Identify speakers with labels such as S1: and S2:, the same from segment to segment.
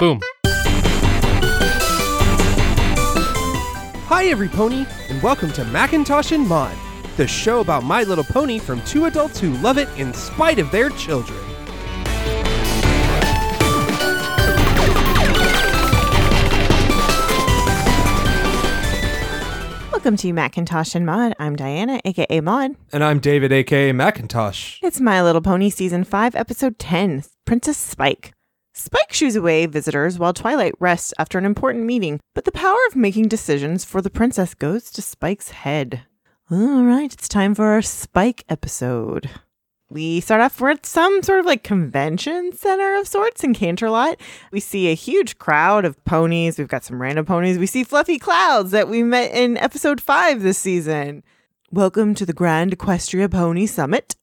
S1: Boom.
S2: Hi, everypony, and welcome to Macintosh and Mod, the show about My Little Pony from two adults who love it in spite of their children.
S3: Welcome to Macintosh and Mod. I'm Diana, aka Mod.
S2: And I'm David, aka Macintosh.
S3: It's My Little Pony Season 5, Episode 10 Princess Spike. Spike shoos away visitors while Twilight rests after an important meeting, but the power of making decisions for the princess goes to Spike's head. All right, it's time for our Spike episode. We start off, we're at some sort of like convention center of sorts in Canterlot. We see a huge crowd of ponies. We've got some random ponies. We see fluffy clouds that we met in episode five this season. Welcome to the Grand Equestria Pony Summit.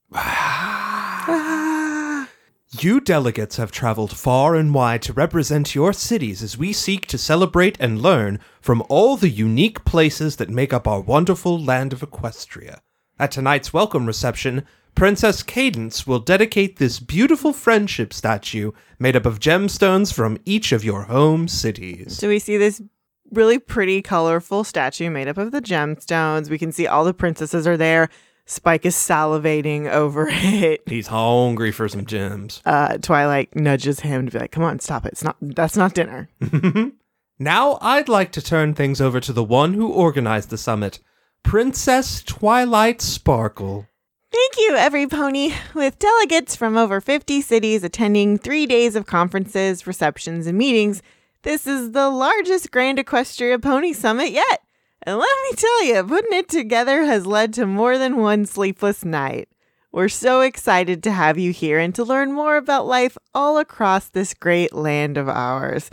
S2: You delegates have traveled far and wide to represent your cities as we seek to celebrate and learn from all the unique places that make up our wonderful land of Equestria. At tonight's welcome reception, Princess Cadence will dedicate this beautiful friendship statue made up of gemstones from each of your home cities.
S3: So we see this really pretty, colorful statue made up of the gemstones. We can see all the princesses are there. Spike is salivating over it.
S2: He's hungry for some gems.
S3: Uh, Twilight nudges him to be like, "Come on, stop it! It's not that's not dinner."
S2: Now I'd like to turn things over to the one who organized the summit, Princess Twilight Sparkle.
S3: Thank you, every pony, with delegates from over 50 cities attending three days of conferences, receptions, and meetings. This is the largest Grand Equestria Pony Summit yet. And let me tell you, putting it together has led to more than one sleepless night. We're so excited to have you here and to learn more about life all across this great land of ours.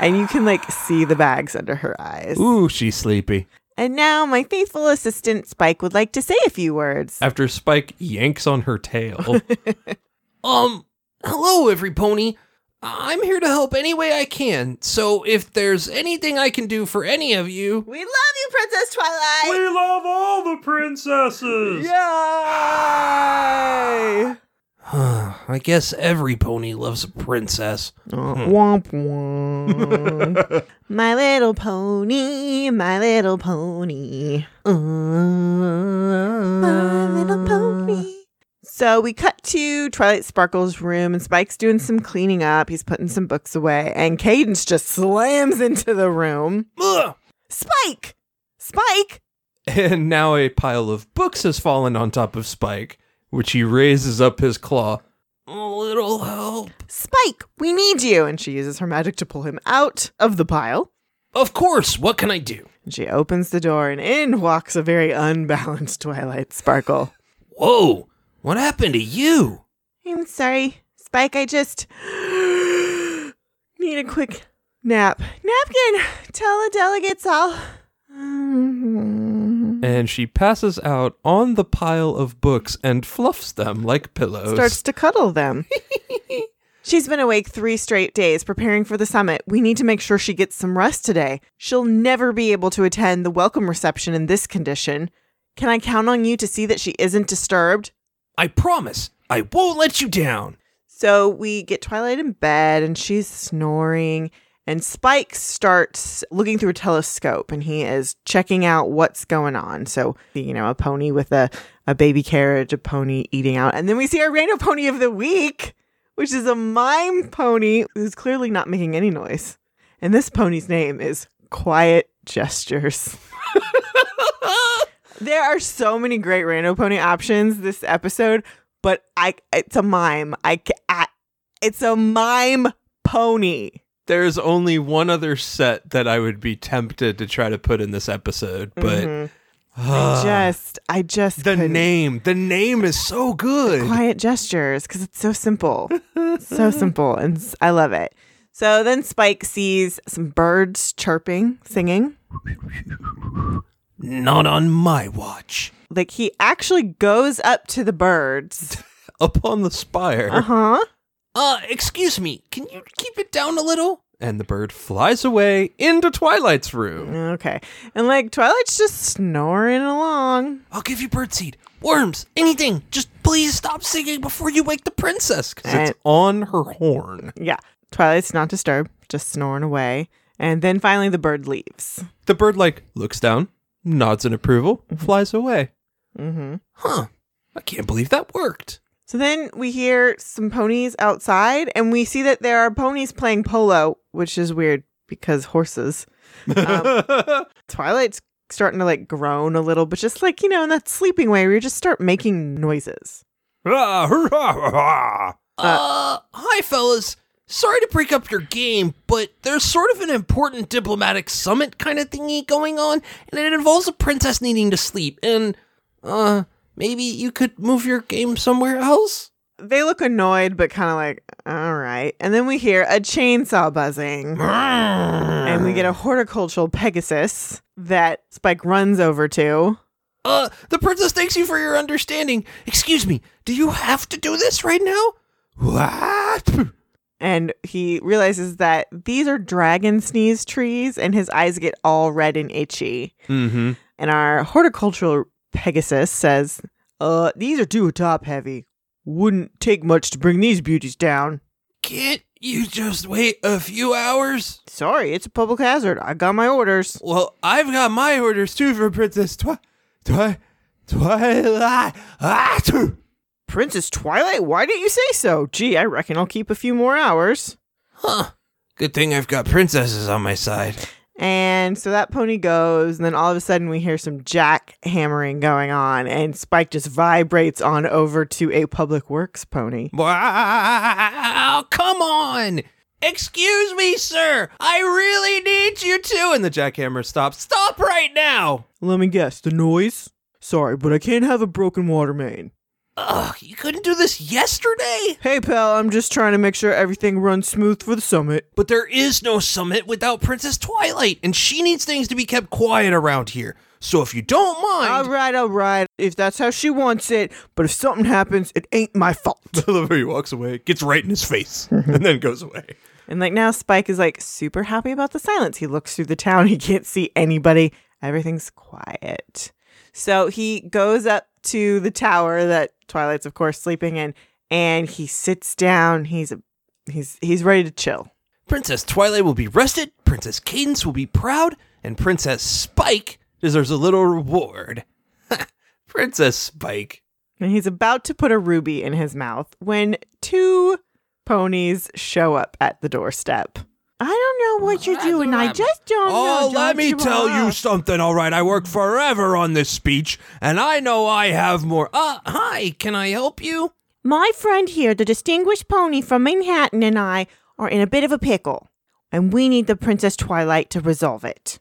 S3: And you can like see the bags under her eyes.
S2: Ooh, she's sleepy.
S3: And now my faithful assistant Spike would like to say a few words.
S2: after Spike yanks on her tail. um, hello, every pony. I'm here to help any way I can. So if there's anything I can do for any of you,
S3: We love you, Princess Twilight.
S4: love all the princesses.
S3: Yay!
S2: I guess every pony loves a princess.
S3: Uh, womp womp. Hmm. my little pony, my little pony. Uh, my little pony. Uh. So we cut to Twilight Sparkle's room, and Spike's doing some cleaning up. He's putting some books away, and Cadence just slams into the room.
S2: Ugh!
S3: Spike! Spike!
S2: And now a pile of books has fallen on top of Spike, which he raises up his claw. A little help.
S3: Spike, we need you. And she uses her magic to pull him out of the pile.
S2: Of course, what can I do?
S3: And she opens the door, and in walks a very unbalanced Twilight Sparkle.
S2: Whoa, what happened to you?
S3: I'm sorry, Spike. I just need a quick nap. Napkin, tell the delegates all. um,
S2: and she passes out on the pile of books and fluffs them like pillows.
S3: Starts to cuddle them. She's been awake three straight days preparing for the summit. We need to make sure she gets some rest today. She'll never be able to attend the welcome reception in this condition. Can I count on you to see that she isn't disturbed?
S2: I promise, I won't let you down.
S3: So we get Twilight in bed and she's snoring. And Spike starts looking through a telescope and he is checking out what's going on. So, you know, a pony with a, a baby carriage, a pony eating out. And then we see our random pony of the week, which is a mime pony who's clearly not making any noise. And this pony's name is Quiet Gestures. There are so many great rando pony options this episode, but I it's a mime. I, ca- I it's a mime pony.
S2: There's only one other set that I would be tempted to try to put in this episode, but
S3: Mhm.
S2: Ah,
S3: I just I just
S2: the
S3: couldn't.
S2: name, the name is so good.
S3: quiet gestures because it's so simple, so simple, and s- I love it. So then Spike sees some birds chirping, singing.
S2: Not on my watch.
S3: Like he actually goes up to the birds.
S2: Upon the spire.
S3: Uh huh.
S2: Uh, excuse me, can you keep it down a little? And the bird flies away into Twilight's room.
S3: Okay. And like Twilight's just snoring along.
S2: I'll give you birdseed, worms, anything. Just please stop singing before you wake the princess. Because
S3: Eh.
S2: it's on her horn.
S3: Yeah. Twilight's not disturbed, just snoring away. And then finally, the bird leaves.
S2: The bird, like, looks down, nods in approval, flies away.
S3: hmm
S2: Huh. I can't believe that worked.
S3: So then we hear some ponies outside, and we see that there are ponies playing polo, which is weird because horses. Um, Twilight's starting to like groan a little, but just like, you know, in that sleeping way where you just start making noises.
S2: Ah, hurrah, hurrah. Uh, hi, fellas. Sorry to break up your game, but there's sort of an important diplomatic summit kind of thingy going on, and it involves a princess needing to sleep. And, uh, maybe you could move your game somewhere else?
S3: They look annoyed, but kind of like, all right. And then we hear a chainsaw buzzing, and
S2: And
S3: we get a horticultural Pegasus that Spike runs over to.
S2: Uh, the princess thanks you for your understanding. Excuse me, do you have to do this right now? What?
S3: And he realizes that these are dragon sneeze trees, and his eyes get all red and itchy.
S2: Mm-hmm.
S3: And our horticultural Pegasus says, Uh, these are too top heavy. Wouldn't take much to bring these beauties down.
S2: Can't you just wait a few hours?
S3: Sorry, it's a public hazard. I got my orders.
S2: Well, I've got my orders too for Princess Twi, Twi, Twilight. Ah, too.
S3: Princess Twilight, why didn't you say so? Gee, I reckon I'll keep a few more hours.
S2: Huh. Good thing I've got princesses on my side.
S3: And so that pony goes, and then all of a sudden we hear some jackhammering going on, and Spike just vibrates on over to a public works pony.
S2: Wow! Come on! Excuse me, sir. I really need you to. And the jackhammer stops. Stop right now.
S3: Let me guess, the noise? Sorry, but I can't have a broken water main.
S2: Ugh! You couldn't do this yesterday.
S3: Hey, pal, I'm just trying to make sure everything runs smooth for the summit.
S2: But there is no summit without Princess Twilight, and she needs things to be kept quiet around here. So if you don't
S3: All
S2: mind,
S3: right, all right, if that's how she wants it, but if something happens, it ain't my fault.
S2: I love how he walks away, gets right in his face, and then goes away.
S3: and like now, Spike is like super happy about the silence. He looks through the town, he can't see anybody, everything's quiet. So he goes up to the tower that Twilight's, of course, sleeping in, and he sits down. He's a, he's he's ready to chill.
S2: Princess Twilight will be rested, Princess Cadence will be proud, and Princess Spike deserves a little reward. Princess Spike.
S3: And he's about to put a ruby in his mouth when two ponies show up at the doorstep. I don't know what you're doing. I just don't know.
S2: Oh, let
S3: don't
S2: me tell you
S3: know.
S2: something, all right. I work forever on this speech, and I know I have more. Uh, hi, can I help you?
S3: My friend here, the distinguished pony from Manhattan, and I are in a bit of a pickle. And we need the Princess Twilight to resolve it.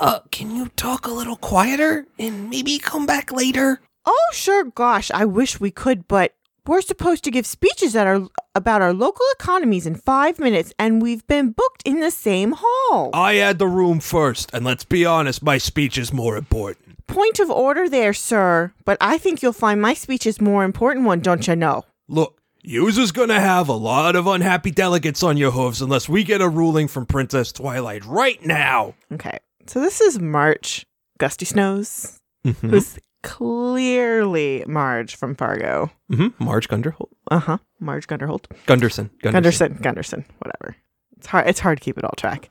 S2: Uh, can you talk a little quieter and maybe come back later?
S3: Oh, sure, gosh, I wish we could, but we're supposed to give speeches at our, about our local economies in five minutes, and we've been booked in the same hall.
S2: I had the room first, and let's be honest, my speech is more important.
S3: Point of order there, sir. But I think you'll find my speech is more important one, don't you know?
S2: Look, yous is gonna have a lot of unhappy delegates on your hooves unless we get a ruling from Princess Twilight right now.
S3: Okay. So this is March Gusty Snows,
S2: Mm-hmm.
S3: who's clearly Marge from Fargo.
S2: Mm-hmm. Marge Gunderholt.
S3: Uh huh. Marge Gunderholt.
S2: Gunderson.
S3: Gunderson. Gunderson. Whatever. It's hard. It's hard to keep it all track.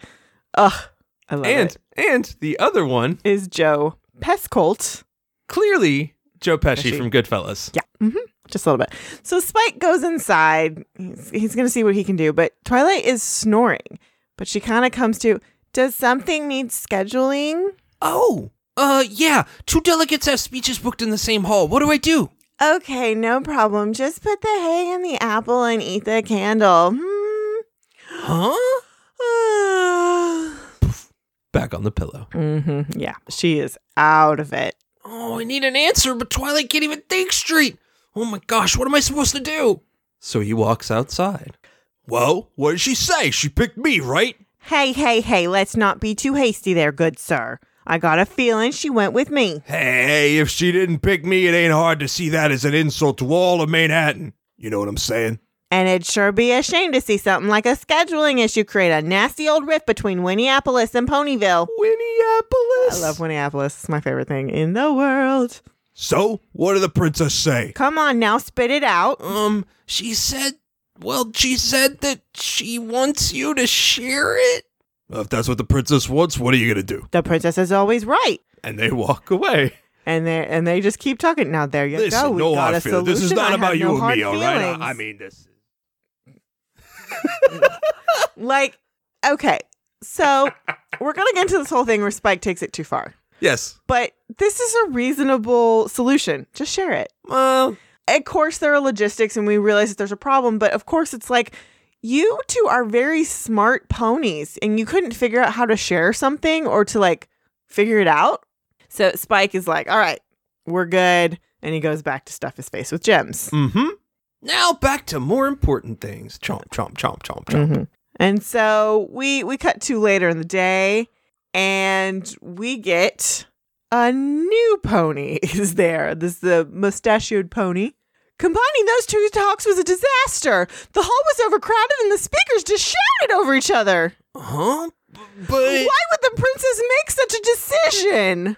S3: Ugh. I love
S2: And
S3: it.
S2: and the other one,
S3: Is Joe Pescolt.
S2: clearly Joe Pesci,
S3: Pesci.
S2: from Goodfellas.
S3: Yeah. hmm Just a little bit. So Spike goes inside. He's, he's going to see what he can do, but Twilight is snoring. But she kind of comes to, does something need scheduling?
S2: Oh, uh, yeah. Two delegates have speeches booked in the same hall. What do I do?
S3: Okay, no problem. Just put the hay in the apple and eat the candle.
S2: Huh?
S3: Hmm.
S2: Uh, Back on the pillow.
S3: hmm Yeah, she is out of it.
S2: Oh, I need an answer, but Twilight can't even think straight. Oh my gosh, what am I supposed to do? So he walks outside. Well, what did she say? She picked me, right?
S3: Hey, hey, hey, let's not be too hasty there, good sir. I got a feeling she went with me.
S2: Hey, if she didn't pick me, it ain't hard to see that as an insult to all of Manhattan. You know what I'm saying?
S3: And it'd sure be a shame to see something like a scheduling issue create a nasty old rift between Winneapolis and Ponyville. I
S2: Winneapolis.
S3: love Winneapolis. It's my favorite thing in the world.
S2: so, what did the princess say?
S3: Come on now, spit it out.
S2: Um, she said
S1: Well, she said that she wants you to share it.
S2: If that's what the princess wants, what are you going to do?
S3: The princess is always right.
S2: And they walk away.
S3: And they and they just keep talking. Now there you
S2: Listen,
S3: go. We
S2: no
S3: got a
S2: hard feelings. This is
S3: solution. I
S2: not
S3: have
S2: about you
S3: no
S2: and
S3: hard
S2: me, all right? I-
S3: feelings.
S2: I mean, this.
S3: like, okay, so we're gonna get into this whole thing where Spike takes it too far,
S2: Yes.
S3: but this is a reasonable solution. Just share it.
S2: Well,
S3: Of course, there are logistics, and we realize that there's a problem. But of course, it's like you two are very smart ponies, and you couldn't figure out how to share something or to like figure it out. So Spike is like, "All right, we're good," and he goes back to stuff his face with gems.
S2: mm-hmm. Now back to more important things. Chomp, chomp, chomp, chomp, chomp.
S3: Mhm. And so we we cut to later in the day, and we get a new pony is there. This is the mustachioed pony. Combining those two talks was a disaster. The hall was overcrowded, and the speakers just shouted over each other.
S2: Huh? B-
S3: Why
S2: But
S3: would the princess make such a decision?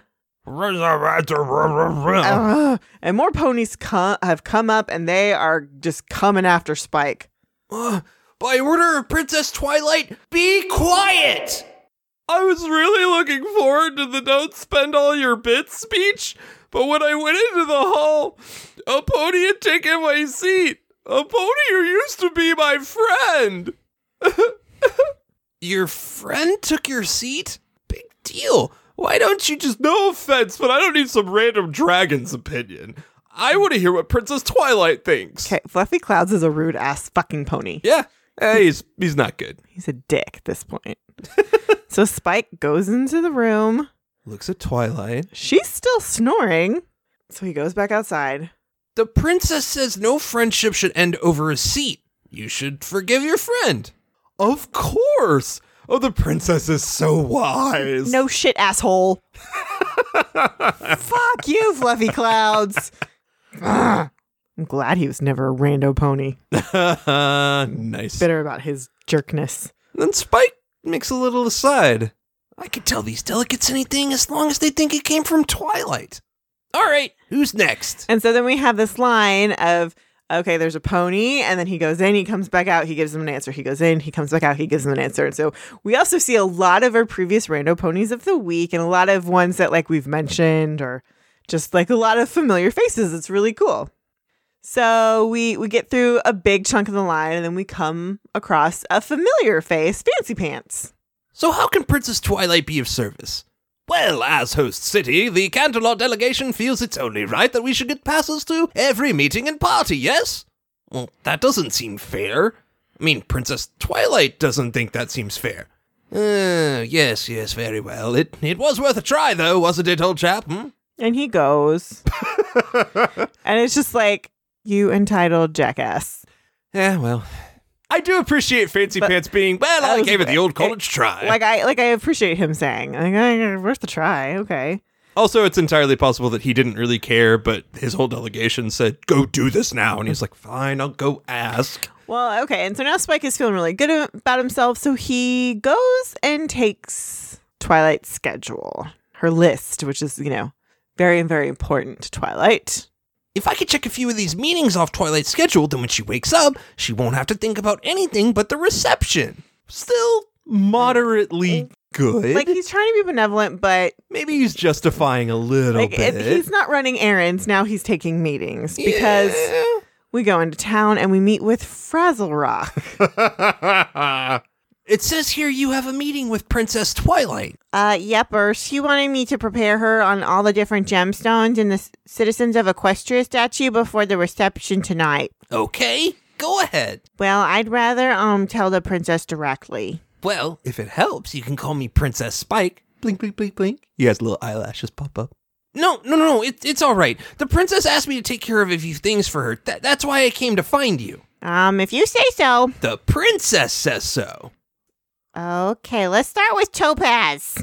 S2: Oh.
S3: Ugh. and more ponies co- have come up, and they are just coming after Spike.
S2: Uh, by order of Princess Twilight, be quiet. I was really looking forward to the "Don't spend all your bits" speech, but when I went into the hall, a pony had taken my seat. A pony who used to be my friend.
S1: Your friend took your seat?
S2: Big deal. Why don't you just? No offense, but I don't need some random dragon's opinion. I want to hear what Princess Twilight thinks.
S3: Okay, Fluffy Clouds is a rude ass fucking pony.
S2: Yeah. Hey, he's he's not good.
S3: He's a dick at this point. so Spike goes into the room.
S2: Looks at Twilight.
S3: She's still snoring. So he goes back outside.
S1: The princess says no friendship should end over a seat. You should forgive your friend.
S2: Of course. Oh, the princess is so wise.
S3: No shit, asshole. Fuck you, Fluffy Clouds. Ugh. I'm glad he was never a rando pony.
S2: nice.
S3: Bitter about his jerkness.
S2: Then Spike makes a little aside.
S1: I can tell these delicates anything as long as they think it came from Twilight. All right, who's next?
S3: And so then we have this line of, okay, there's a pony, and then he goes in, he comes back out, he gives them an answer. He goes in, he comes back out, he gives them an answer. And so we also see a lot of our previous rando ponies of the week and a lot of ones that like we've mentioned or just like a lot of familiar faces. It's really cool. So we we get through a big chunk of the line and then we come across a familiar face, Fancy Pants.
S1: So, how can Princess Twilight be of service? Well, as host city, the Canterlot delegation feels it's only right that we should get passes to every meeting and party, yes? Well, that doesn't seem fair. I mean, Princess Twilight doesn't think that seems fair. Uh, yes, yes, very well. It it was worth a try, though, wasn't it, old chap? Hmm?
S3: And he goes. and it's just like, you entitled jackass.
S2: Yeah, well. I do appreciate Fancy
S3: But-
S2: Pants being, well,
S3: That
S2: I
S3: was
S2: gave it the
S3: great.
S2: old college try.
S3: like I like I appreciate him saying like I, worth the try. Okay,
S2: also, it's entirely possible that he didn't really care, but his whole delegation said, go do this now. And he's like, fine, I'll go ask.
S3: well, okay, and so now Spike is feeling really good a- about himself, so he goes and takes Twilight's schedule, her list, which is you know very very important to Twilight.
S1: If I could check a few of these meetings off Twilight's schedule, then when she wakes up, she won't have to think about anything but the reception. Still,
S2: Moderately good.
S3: Like he's trying to be benevolent, but
S2: Maybe he's justifying a little
S3: like
S2: bit.
S3: if he's not running errands now. He's taking meetings because
S1: Yeah.
S3: we go into town and we meet with Frazzle Rock.
S1: It says here you have a meeting with Princess Twilight.
S3: Uh, yep, or she wanted me to prepare her on all the different gemstones and the c- citizens of Equestria statue before the reception tonight.
S1: Okay, go ahead.
S3: Well, I'd rather, um, tell the princess directly.
S1: Well, if it helps, you can call me Princess Spike.
S2: blink, blink, blink, blink. He has little eyelashes pop up.
S1: No, no, no, no, it, it's all right. The princess asked me to take care of a few things for her. Th- that's why I came to find you.
S3: Um, if you say so.
S1: The princess says so.
S3: Okay, let's start with Topaz.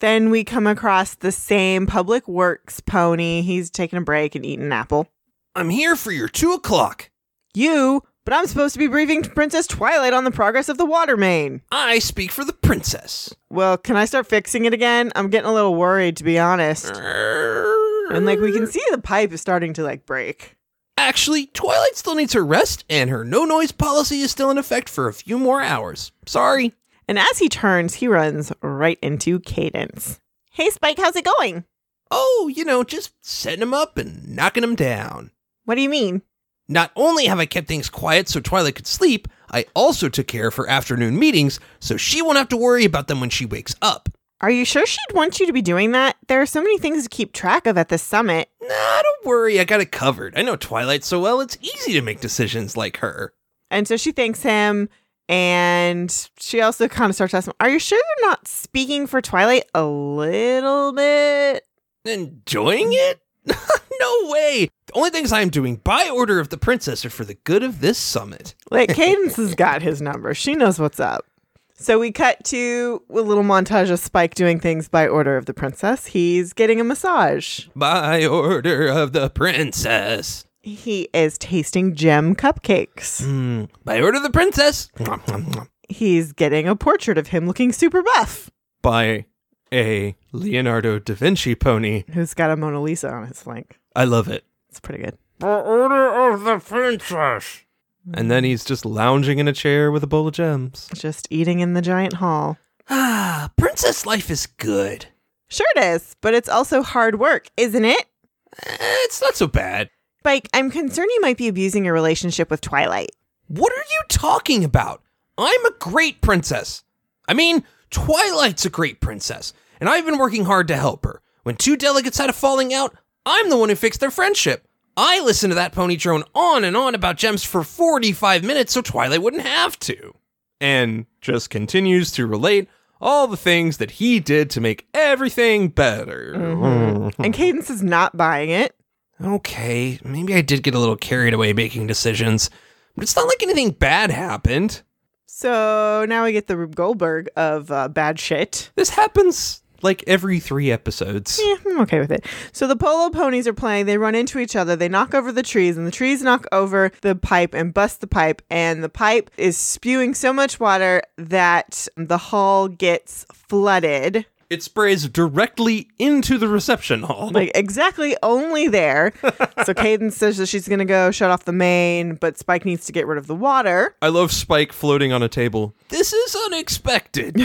S3: then we come across the same public works pony. He's taking a break and eating an apple.
S1: I'm here for your two o'clock.
S3: You, but I'm supposed to be briefing Princess Twilight on the progress of the water main.
S1: I speak for the princess.
S3: Well, can I start fixing it again? I'm getting a little worried, to be honest.
S1: And
S3: And like we can see the pipe is starting to like break.
S2: Actually, Twilight still needs her rest, and her no noise policy is still in effect for a few more hours. Sorry.
S3: And as he turns, he runs right into Cadence. Hey, Spike, how's it going?
S2: Oh, you know, just setting him up and knocking him down.
S3: What do you mean?
S2: Not only have I kept things quiet so Twilight could sleep, I also took care of her afternoon meetings so she won't have to worry about them when she wakes up.
S3: Are you sure she'd want you to be doing that? There are so many things to keep track of at this summit.
S2: Nah, don't worry, I got it covered. I know Twilight so well, it's easy to make decisions like her.
S3: And so she thanks him. And she also kind of starts asking, Are you sure you're not speaking for Twilight a little bit?
S2: Enjoying it? no way! The only things I'm doing by order of the princess are for the good of this summit.
S3: Like, Cadence has got his number. She knows what's up. So we cut to a little montage of Spike doing things by order of the princess. He's getting a massage.
S2: By order of the princess.
S3: He is tasting gem cupcakes.
S2: Mm, by order of the princess.
S3: He's getting a portrait of him looking super buff,
S5: by a Leonardo da Vinci pony.
S3: who's got a Mona Lisa on his flank.
S5: I love it.
S3: It's pretty good.
S6: By order of the princess.
S5: And then he's just lounging in a chair with a bowl of gems.
S3: Just eating in the giant hall.
S2: Ah, princess life is good.
S3: Sure it is, but it's also hard work, isn't it?
S2: Eh, it's not so bad.
S3: Spike, I'm concerned you might be abusing your relationship with Twilight.
S2: What are you talking about? I'm a great princess. I mean, Twilight's a great princess, and I've been working hard to help her. When two delegates had a falling out, I'm the one who fixed their friendship. I listened to that pony drone on and on about gems for 45 minutes so Twilight wouldn't have to.
S5: And just continues to relate all the things that he did to make everything better.
S3: And Cadence is not buying it.
S2: Okay, maybe I did get a little carried away making decisions, but it's not like anything bad happened.
S3: So now we get the Rube Goldberg of uh, bad shit.
S5: This happens like every three episodes.
S3: Yeah, I'm okay with it. So the polo ponies are playing. They run into each other. They knock over the trees, and the trees knock over the pipe and bust the pipe. And the pipe is spewing so much water that the hall gets flooded.
S5: It sprays directly into the reception hall.
S3: Like exactly only there. so Cadence says that she's going to go shut off the main, but Spike needs to get rid of the water.
S5: I love Spike floating on a table.
S2: This is unexpected.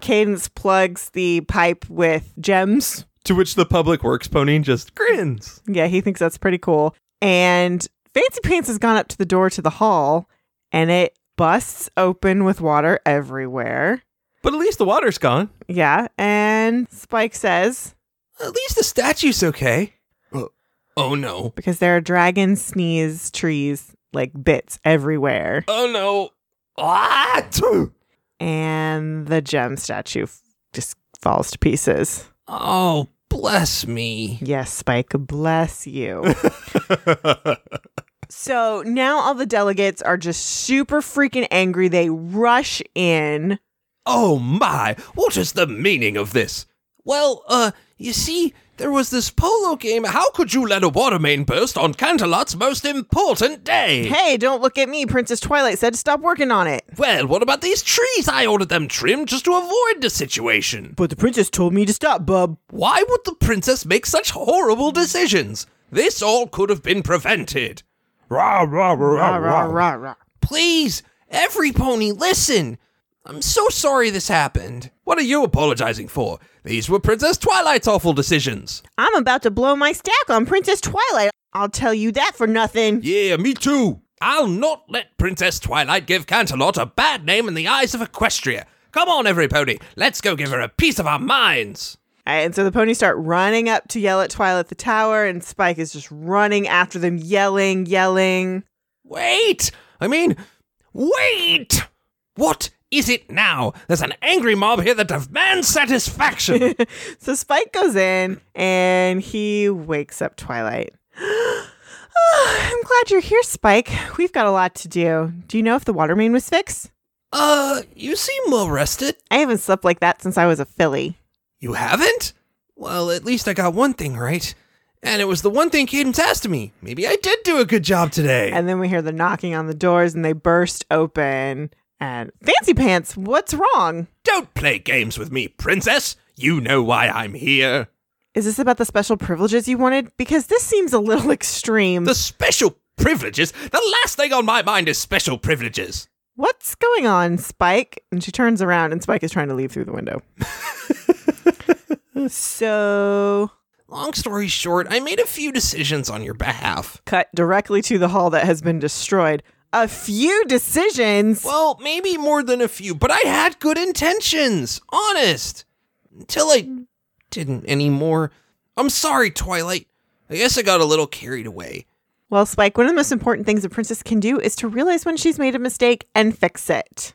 S3: Cadence plugs the pipe with gems.
S5: To which the public works pony just grins.
S3: Yeah, he thinks that's pretty cool. And Fancy Pants has gone up to the door to the hall and it busts open with water everywhere.
S5: But at least the water's gone.
S3: Yeah. And Spike says,
S2: At least the statue's okay.
S5: Uh,
S2: Oh no.
S3: because there are dragon sneeze trees like bits everywhere.
S2: Oh no. Ah! tch.
S3: And the gem statue f- just falls to pieces.
S2: Oh, bless me.
S3: Yes, Spike, bless you. so now all the delegates are just super freaking angry. They rush in.
S2: Oh my, what is the meaning of this? Well, uh, you see, there was this polo game. How could you let a water main burst on Canterlot's most important day?
S3: Hey, don't look at me. Princess Twilight said stop working on it.
S2: Well, what about these trees? I ordered them trimmed just to avoid the situation.
S3: But the princess told me to stop, bub.
S2: Why would the princess make such horrible decisions? This all could have been prevented.
S6: Rah, rah, rah,
S3: Rah, rah,
S6: rah.
S3: rah, rah.
S2: Please, every pony, listen. I'm so sorry this happened. What are you apologizing for? These were Princess Twilight's awful decisions.
S3: I'm about to blow my stack on Princess Twilight. I'll tell you that for nothing.
S2: Yeah, me too. I'll not let Princess Twilight give Canterlot a bad name in the eyes of Equestria. Come on, every pony, let's go give her a piece of our minds.
S3: And so the ponies start running up to yell at Twilight the Tower, and Spike is just running after them, yelling, yelling.
S2: Wait! I mean, wait! What is it now? There's an angry mob here that demands satisfaction.
S3: So Spike goes in and he wakes up Twilight. "Ah, I'm glad you're here, Spike. We've got a lot to do. Do you know if the water main was fixed?
S2: uh, you seem well rested.
S3: I haven't slept like that since I was a filly.
S2: You haven't? Well, at least I got one thing right. And it was the one thing Cadence asked me. Maybe I did do a good job today.
S3: And then we hear the knocking on the doors and they burst open. And Fancy Pants, what's wrong?
S2: Don't play games with me, princess. You know why I'm here.
S3: Is this about the special privileges you wanted? Because this seems a little extreme.
S2: The special privileges? The last thing on my mind is special privileges.
S3: What's going on, Spike? And she turns around and Spike is trying to leave through the window. so,
S2: Long story short, I made a few decisions on your behalf.
S3: cut directly to the hall that has been destroyed. A few decisions.
S2: Well, maybe more than a few, but I had good intentions. Honest. Until I didn't anymore. I'm sorry, Twilight. I guess I got a little carried away.
S3: Well, Spike, one of the most important things a princess can do is to realize when she's made a mistake and fix it.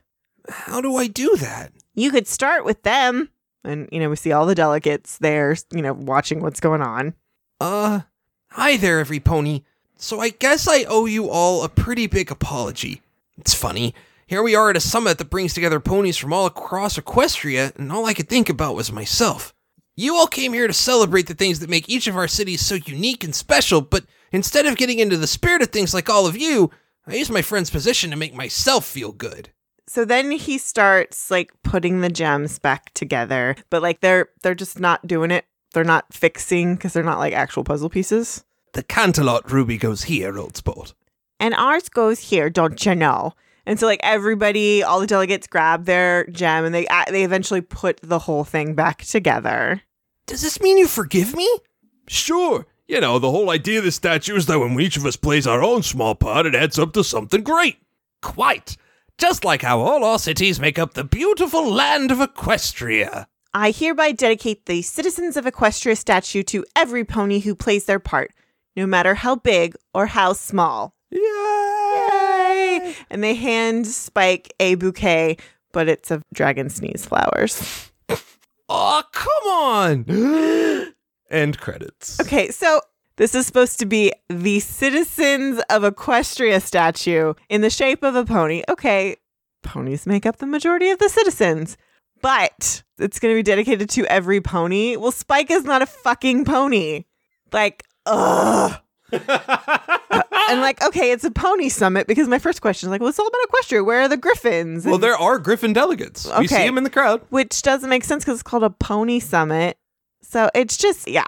S2: How do I do that?
S3: You could start with them. And, you know, we see all the delegates there, you know, watching what's going on.
S2: Uh, hi there, every pony. So I guess I owe you all a pretty big apology. It's funny. Here we are at a summit that brings together ponies from all across Equestria, and all I could think about was myself. You all came here to celebrate the things that make each of our cities so unique and special, but instead of getting into the spirit of things like all of you, I used my friend's position to make myself feel good.
S3: So then he starts like putting the gems back together, but like they're they're just not doing it. They're not fixing because they're not like actual puzzle pieces.
S2: The Cantalot ruby goes here, old sport.
S3: And ours goes here, don't you know? And so like everybody, all the delegates grab their gem and they uh, they eventually put the whole thing back together.
S2: Does this mean you forgive me?
S7: Sure. You know, the whole idea of the statue is that when each of us plays our own small part, it adds up to something great.
S2: Quite. Just like how all our cities make up the beautiful land of Equestria.
S3: I hereby dedicate the citizens of Equestria statue to every pony who plays their part, no matter how big or how small. Yay! And they hand Spike a bouquet, but it's of dragon sneeze flowers.
S2: Oh, come on!
S8: End credits.
S3: Okay, so this is supposed to be the citizens of Equestria statue in the shape of a pony. Okay, ponies make up the majority of the citizens, but it's going to be dedicated to every pony. Well, Spike is not a fucking pony. Like, ugh. and like, okay, it's a pony summit because my first question is like, well, it's all about Equestria. Where are the griffins?
S8: Well,
S3: And-
S8: there are Griffin delegates. We see
S3: Okay.
S8: them in the crowd.
S3: which doesn't make sense because it's called a pony summit. So it's just, yeah.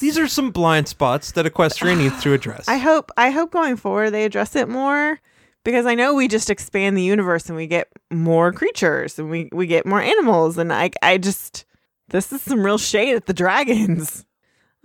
S8: These are some blind spots that Equestria needs to address.
S3: I hope I hope going forward they address it more because I know we just expand the universe and we get more creatures and we we get more animals and I I just this is some real shade at the dragons.